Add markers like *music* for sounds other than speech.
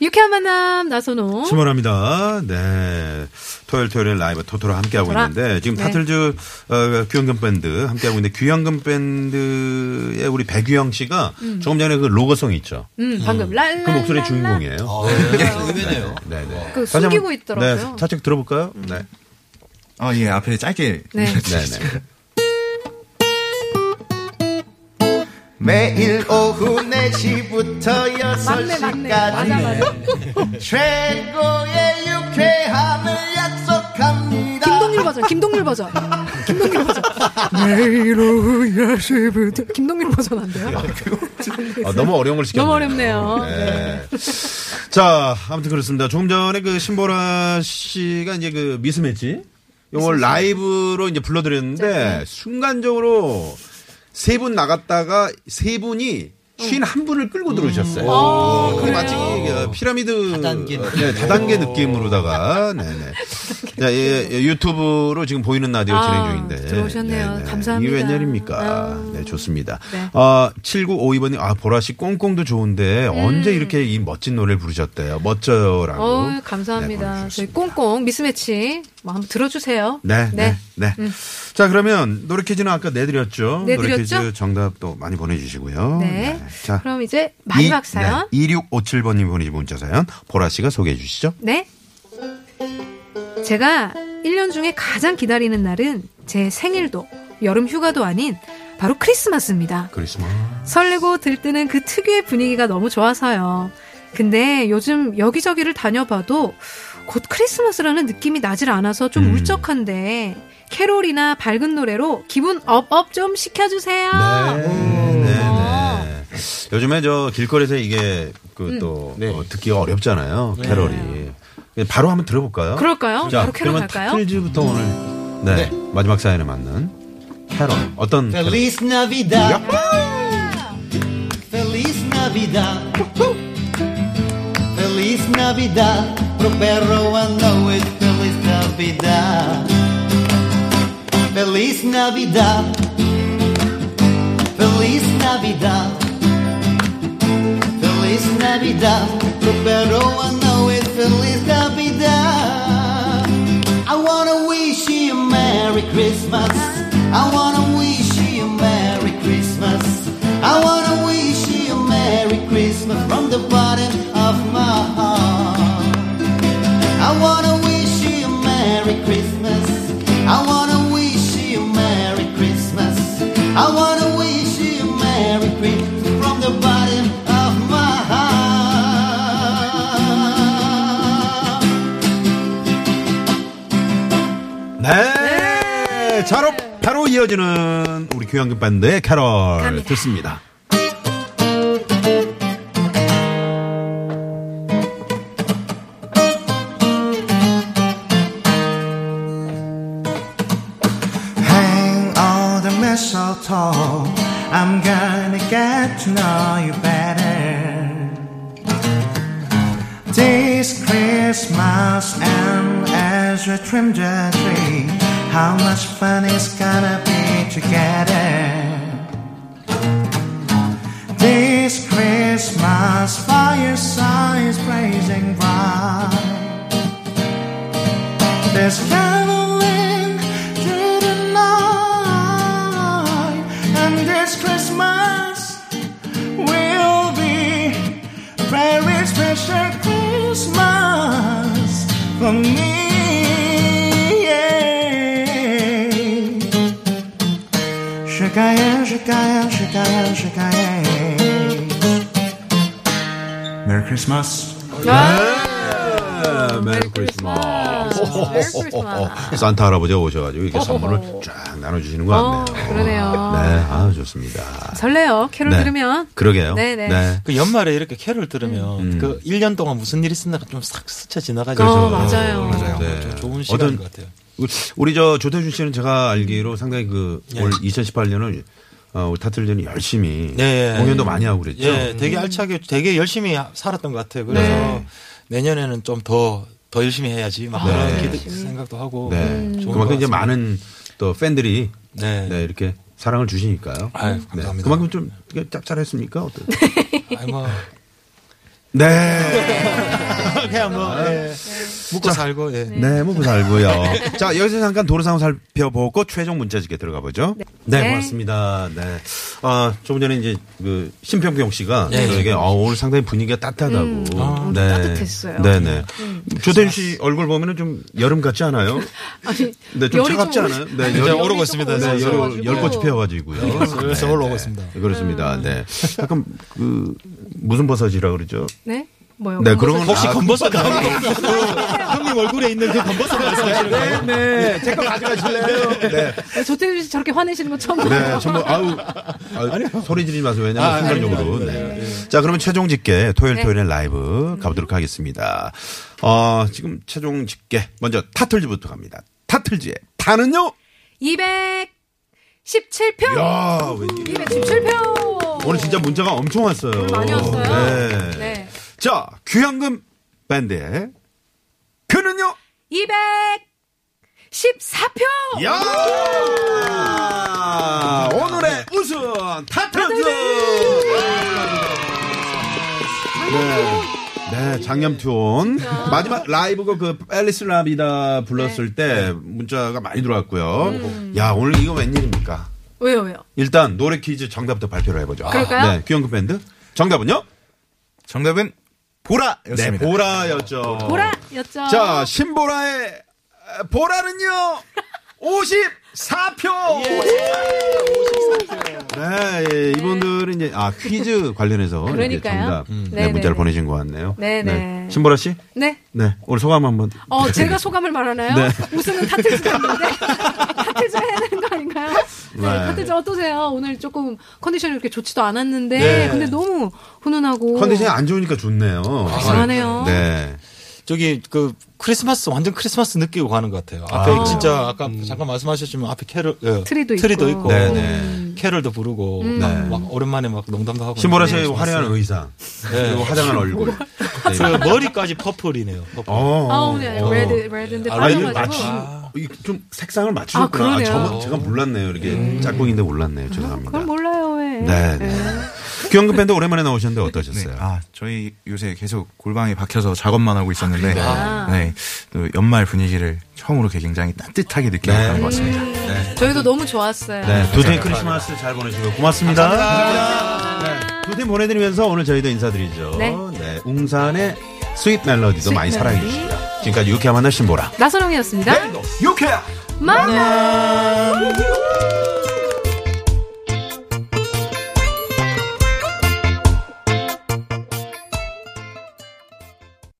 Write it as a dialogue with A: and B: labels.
A: 유쾌한 만남 나선호.
B: 수모합니다. 네. 토요일 토요일 라이브 토토로 함께하고
A: 토토라.
B: 있는데 지금
A: 네.
B: 타틀즈 어, 귀연금 밴드 함께하고 있는데 귀연금 밴드의 우리 백유영 씨가 조금 전에 그 로고송 있죠.
A: 음, 방금 랄라.
B: 그 목소리 주인공이에요.
C: 의외네요.
B: 네, 네.
A: 그
B: 다시 한번,
A: 숨기고 있더라고요.
B: 네. 살짝 들어볼까요? 네.
C: 아, 예, 앞에 짧게.
A: 네.
B: 네, 네.
D: 매일 오후 4시부터
A: 맞네, 맞네. 맞아,
D: 6시까지
A: 맞아.
D: 최고의 유쾌함을 약속합니다
A: 김동률 버전, 김동률
B: *laughs*
A: 버전. 김동률 버전. 매일 오후 10시부터. 김동률 버전 안 돼요?
B: 어, 너무 어려운 걸 시켰네요.
A: 너무 어렵네요.
B: 네. 자, 아무튼 그렇습니다. 조금 전에 그 신보라 씨가 이제 그 미스매치 네. 요걸 라이브로 이제 불러드렸는데 순간적으로 세 분 나갔다가 세 분이 쉰 한 분을 끌고 음. 들어오셨어요. 오, 그게 마치 그 피라미드
C: 다단계 느낌.
B: 네,
A: 어.
B: 다단계 느낌으로다가
A: *laughs*
B: 네네. 자, 예, 예, 유튜브로 지금 보이는 라디오
A: 아,
B: 진행 중인데
A: 들어오셨네요. 감사합니다.
B: 이게 웬일입니까?
A: 아유.
B: 네, 좋습니다.
A: 네.
B: 아, 7952번님, 아, 보라씨 꽁꽁도 좋은데 언제 이렇게 이 멋진 노래를 부르셨대요? 멋져요라고.
A: 음. 어우,
B: 네,
A: 감사합니다. 저희
B: 보내주셨습니다.
A: 꽁꽁 미스매치 뭐 한번 들어주세요.
B: 네, 네, 네. 자, 그러면 노래 퀴즈는 아까 내드렸죠? 노래
A: 음. 내드렸죠?
B: 퀴즈 정답 또 많이 보내주시고요.
A: 네.
B: 자.
A: 그럼 이제 마지막 사연.
B: 네, 2657번님 보내주신 문자 사연, 보라씨가 소개해 주시죠.
A: 네. 제가 1년 중에 가장 기다리는 날은 제 생일도 여름 휴가도 아닌 바로 크리스마스입니다.
B: 크리스마스.
A: 설레고 들뜨는 그 특유의 분위기가 너무 좋아서요. 근데 요즘 여기저기를 다녀봐도 곧 크리스마스라는 느낌이 나질 않아서 좀
B: 음.
A: 울적한데 캐롤이나 밝은 노래로 기분 업업 좀 시켜주세요.
B: 네,
A: 어.
B: 네. 요즘에 저 길거리에서 이게
A: 음.
B: 그 또 듣기가 어렵잖아요. 캐럴이. 바로 한번 들어볼까요?
A: 네. 그럴까요?
B: 자,
A: 바로 캐롤
B: 그러면
A: 갈까요? 음.
B: 타틀즈부터 오늘 네, 마지막 사연에 맞는 캐럴. 어떤 캐럴?
C: Feliz Navidad. Feliz Navidad. Feliz Navidad. Prospero ano es Feliz Navidad. Feliz Navidad. Feliz Navidad. Feliz Navidad. Prospero ano es Feliz Navidad. I wanna wish you a Merry Christmas. I wanna wish you a Merry Christmas. I wanna wish you a Merry Christmas from the bottom of my heart. I wanna wish you a Merry Christmas. I wanna wish you a Merry Christmas. I wanna wish you a Merry Christmas from the bottom of my heart.
B: 네. 바로 바로 이어지는 우리 교양급 밴드의 캐럴 듣습니다.
C: Hang on the mistletoe. I'm gonna get to know you better. This Christmas, and as we trim the tree, how much fun it's gonna be together. This Christmas, fireside is blazing bright. There's caroling through the night, and this Christmas will be a very special Christmas for me. yeah. Should I am, should I am, should I am, should I am. Merry Christmas.
A: 아,
B: 네, 메리 크리스마스.
A: 크리스마스. 메리 크리스마스.
B: 산타 할아버지가 오셔가지고 이렇게
A: 어허.
B: 선물을 쫙 나눠주시는 것 같네요.
A: 어, 그러네요.
B: 네, 아 좋습니다.
A: 설레요. 캐롤
B: 네.
A: 들으면.
B: 그러게요.
A: 네네.
B: 네.
E: 그 연말에 이렇게 캐롤 들으면 그 1년 동안 무슨 일 있었나가 좀 싹 스쳐 지나가죠.
A: 어, 맞아요.
E: 맞아요.
B: 네.
E: 좀 좋은 시간인
B: 어떤-
E: 것 같아요.
B: 우리 저 조태준 씨는 제가 알기로 상당히 그 올
E: 예.
B: 2018년을 어, 우리 타틀전이 열심히
E: 예, 예.
B: 공연도 많이 하고 그랬죠.
E: 예, 되게 알차게 되게 열심히 하- 살았던 것 같아요. 그래서
A: 네.
E: 내년에는 좀 더 더 열심히 해야지
A: 아,
E: 막
A: 네.
E: 그런 기대- 생각도 하고
B: 네.
A: 음.
E: 좋은 것
B: 그만큼 이제
E: 같습니다.
B: 많은 또 팬들이 네.
E: 네.
B: 이렇게 사랑을 주시니까요. 네.
E: 아유, 감사합니다.
B: 그만큼 좀 이게 짭짤했습니까? 어떤?
E: 아니, 뭐
B: 네.
E: 그냥 뭐 예. 먹고 살고 예.
B: 네, 먹고 살고요. *laughs* 자, 여기서 잠깐 도로 상황 살펴보고 최종 문자지게 들어가 보죠. 네,
A: 네.
B: 고맙습니다. 네. 아, 조금 전에 이제 그 신평경 씨가
E: 네.
B: 저에게 아, 오늘 상당히 분위기가 따뜻하다고.
E: 아.
B: 네.
A: 따뜻했어요.
B: 네, 네. 조태준 씨 얼굴 보면은 좀 여름 같지 않아요?
A: 아니,
B: 네, 좀
A: 열이
B: 차갑지
A: 좀
B: 않아요? 네,
E: 이제
B: 열이-
E: 오르고 있습니다.
B: 네,
E: 그래서
B: 열,
A: 올라가지고.
B: 열꽃이 피어가지고요.
E: 그래서
B: 네,
E: 올라오겠습니다.
B: 네, 그렇습니다. 네. 약간 그 무슨 버섯이라 그러죠?
A: 네? 뭐요?
B: 네, 그런 건
E: 혹시
B: 아,
E: 건버섯 나오는 거 형님 얼굴에 있는 그 건버섯 말씀하시는 거예요?
B: 네, 제거 가져가실래요? 네.
A: 조태준 씨 저렇게 화내시는 거 처음
B: 네,
A: 봐요.
B: 정말 아우, 아우 소리 지르지 마세요. 왜냐면
E: 아,
B: 순간적으로.
E: 아닙니다.
B: 네. 자, 그러면 최종 집계 토요일 토요일에 라이브 가보도록 하겠습니다. 어, 지금 최종 집계 먼저 타틀즈부터 갑니다. 타틀즈의 타는요?
A: 217표!
B: 야, 왠지
A: 217표!
B: 오늘 진짜 문자가 엄청 왔어요.
A: 많이 왔어요.
B: 네.
A: 네.
B: 자, 귀향금 밴드의 그는요?
A: 214표!
B: 야! 오늘의 우승 타틀즈! 네. 네, 장염투온. 마지막 라이브가 그 앨리스 라비다
A: 네.
B: 불렀을 때 문자가 많이 들어왔고요.
A: 음.
B: 야, 오늘 이거 웬일입니까?
A: 왜요, 왜요?
B: 일단 노래 퀴즈 정답부터 발표를 해보죠.
A: 그럴까요?
B: 네, 귀염금 밴드. 정답은요?
F: 정답은
B: 네,
F: 보라였습니다.
B: 보라였죠.
A: 보라였죠.
B: 어. 자, 신보라의 보라는요. 54표.
A: 예.
B: 네, 예, 이분들은 이제 아 퀴즈 관련해서 이렇게
A: 그러니까요.
B: 정답
A: 음.
B: 네,
A: 네네네.
B: 문자를 보내신 것 같네요.
A: 네네.
B: 신보라 씨,
A: 네.
B: 네 오늘 소감 한번.
A: 어, 제가 소감을 말하나요?
B: 네.
A: 우승은 타틀즈 했는데 *laughs* 타틀즈 해야 되는 거 아닌가요? 네,
B: 네.
A: 타틀즈 어떠세요? 오늘 조금 컨디션이 이렇게 좋지도 않았는데
B: 네.
A: 근데 너무 훈훈하고
B: 컨디션이 안 좋으니까 좋네요.
A: 이상하네요.
B: 네.
E: 저기 그 크리스마스 완전 크리스마스 느끼고 가는 것 같아요. 앞에 진짜 아까 잠깐 말씀하셨지만 앞에 캐롤 예,
A: 트리도 있고. 음.
E: 있고,
B: 음. 네,
E: 음.
B: 네.
E: 캐롤도 부르고 막, 막 오랜만에 막 농담도 하고
B: 신보라 씨의
E: 그래서
B: 화려한 의상 그리고 화장한 얼굴.
A: *laughs*
B: 네.
E: 그 머리까지 퍼플이네요. 퍼플.
B: 어.
A: 아, 오늘 레드 레드인데
E: 아,
B: 아, 이거
A: 빠져가지고
B: 맞추, 이좀 색상을 맞추셨구나.
A: 아, 그러네요. 음. 아,
B: 저만- 제가 몰랐네요. 이렇게 짝꿍인데 몰랐네요. 죄송합니다.
A: 그걸 몰라요 예. 왜?
B: 네, 네. 귀염금 밴드 오랜만에 나오셨는데 어떠셨어요?
F: 네. 아, 저희 요새 계속 골방에 박혀서 작업만 하고 있었는데, 네. 또 연말 분위기를 처음으로 이렇게 굉장히 따뜻하게 느끼고
B: 네.
F: 가는 것 같습니다.
A: 저희도 너무 좋았어요.
B: 네, 두 팀 크리스마스 잘 보내시고 고맙습니다. 네, 두 팀 보내드리면서 오늘 저희도 인사드리죠.
A: 네.
B: 네, 웅산의 스윗 멜로디도
A: 스윗
B: 많이
A: 멜로디.
B: 사랑해 주시고요. 지금까지 유쾌한 만남 신보라.
A: 나선홍이었습니다.
B: 유쾌한
A: 만나.
B: 만남.